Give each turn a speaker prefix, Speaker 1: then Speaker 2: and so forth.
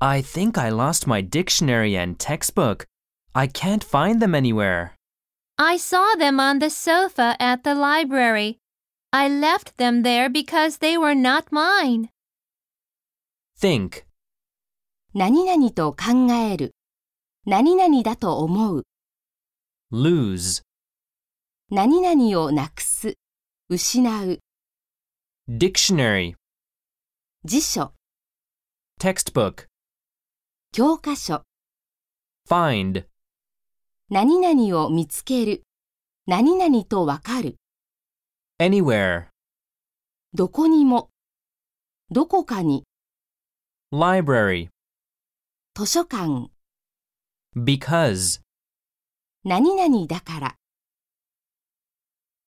Speaker 1: I think I lost my dictionary and textbook. I can't find them anywhere.
Speaker 2: I saw them on the sofa at the library. I left them there because they were not mine.
Speaker 1: Think.
Speaker 3: 何々と考える。何々だと思う。
Speaker 1: lose,
Speaker 3: 何々をなくす。失う。
Speaker 1: dictionary,
Speaker 3: 辞書。
Speaker 1: textbook,
Speaker 3: 教科書。
Speaker 1: find,
Speaker 3: 何々を見つける。何々とわかる。
Speaker 1: anywhere,
Speaker 3: どこにも。どこかに。
Speaker 1: library,
Speaker 3: 図書館。
Speaker 1: because.
Speaker 3: 何々だから。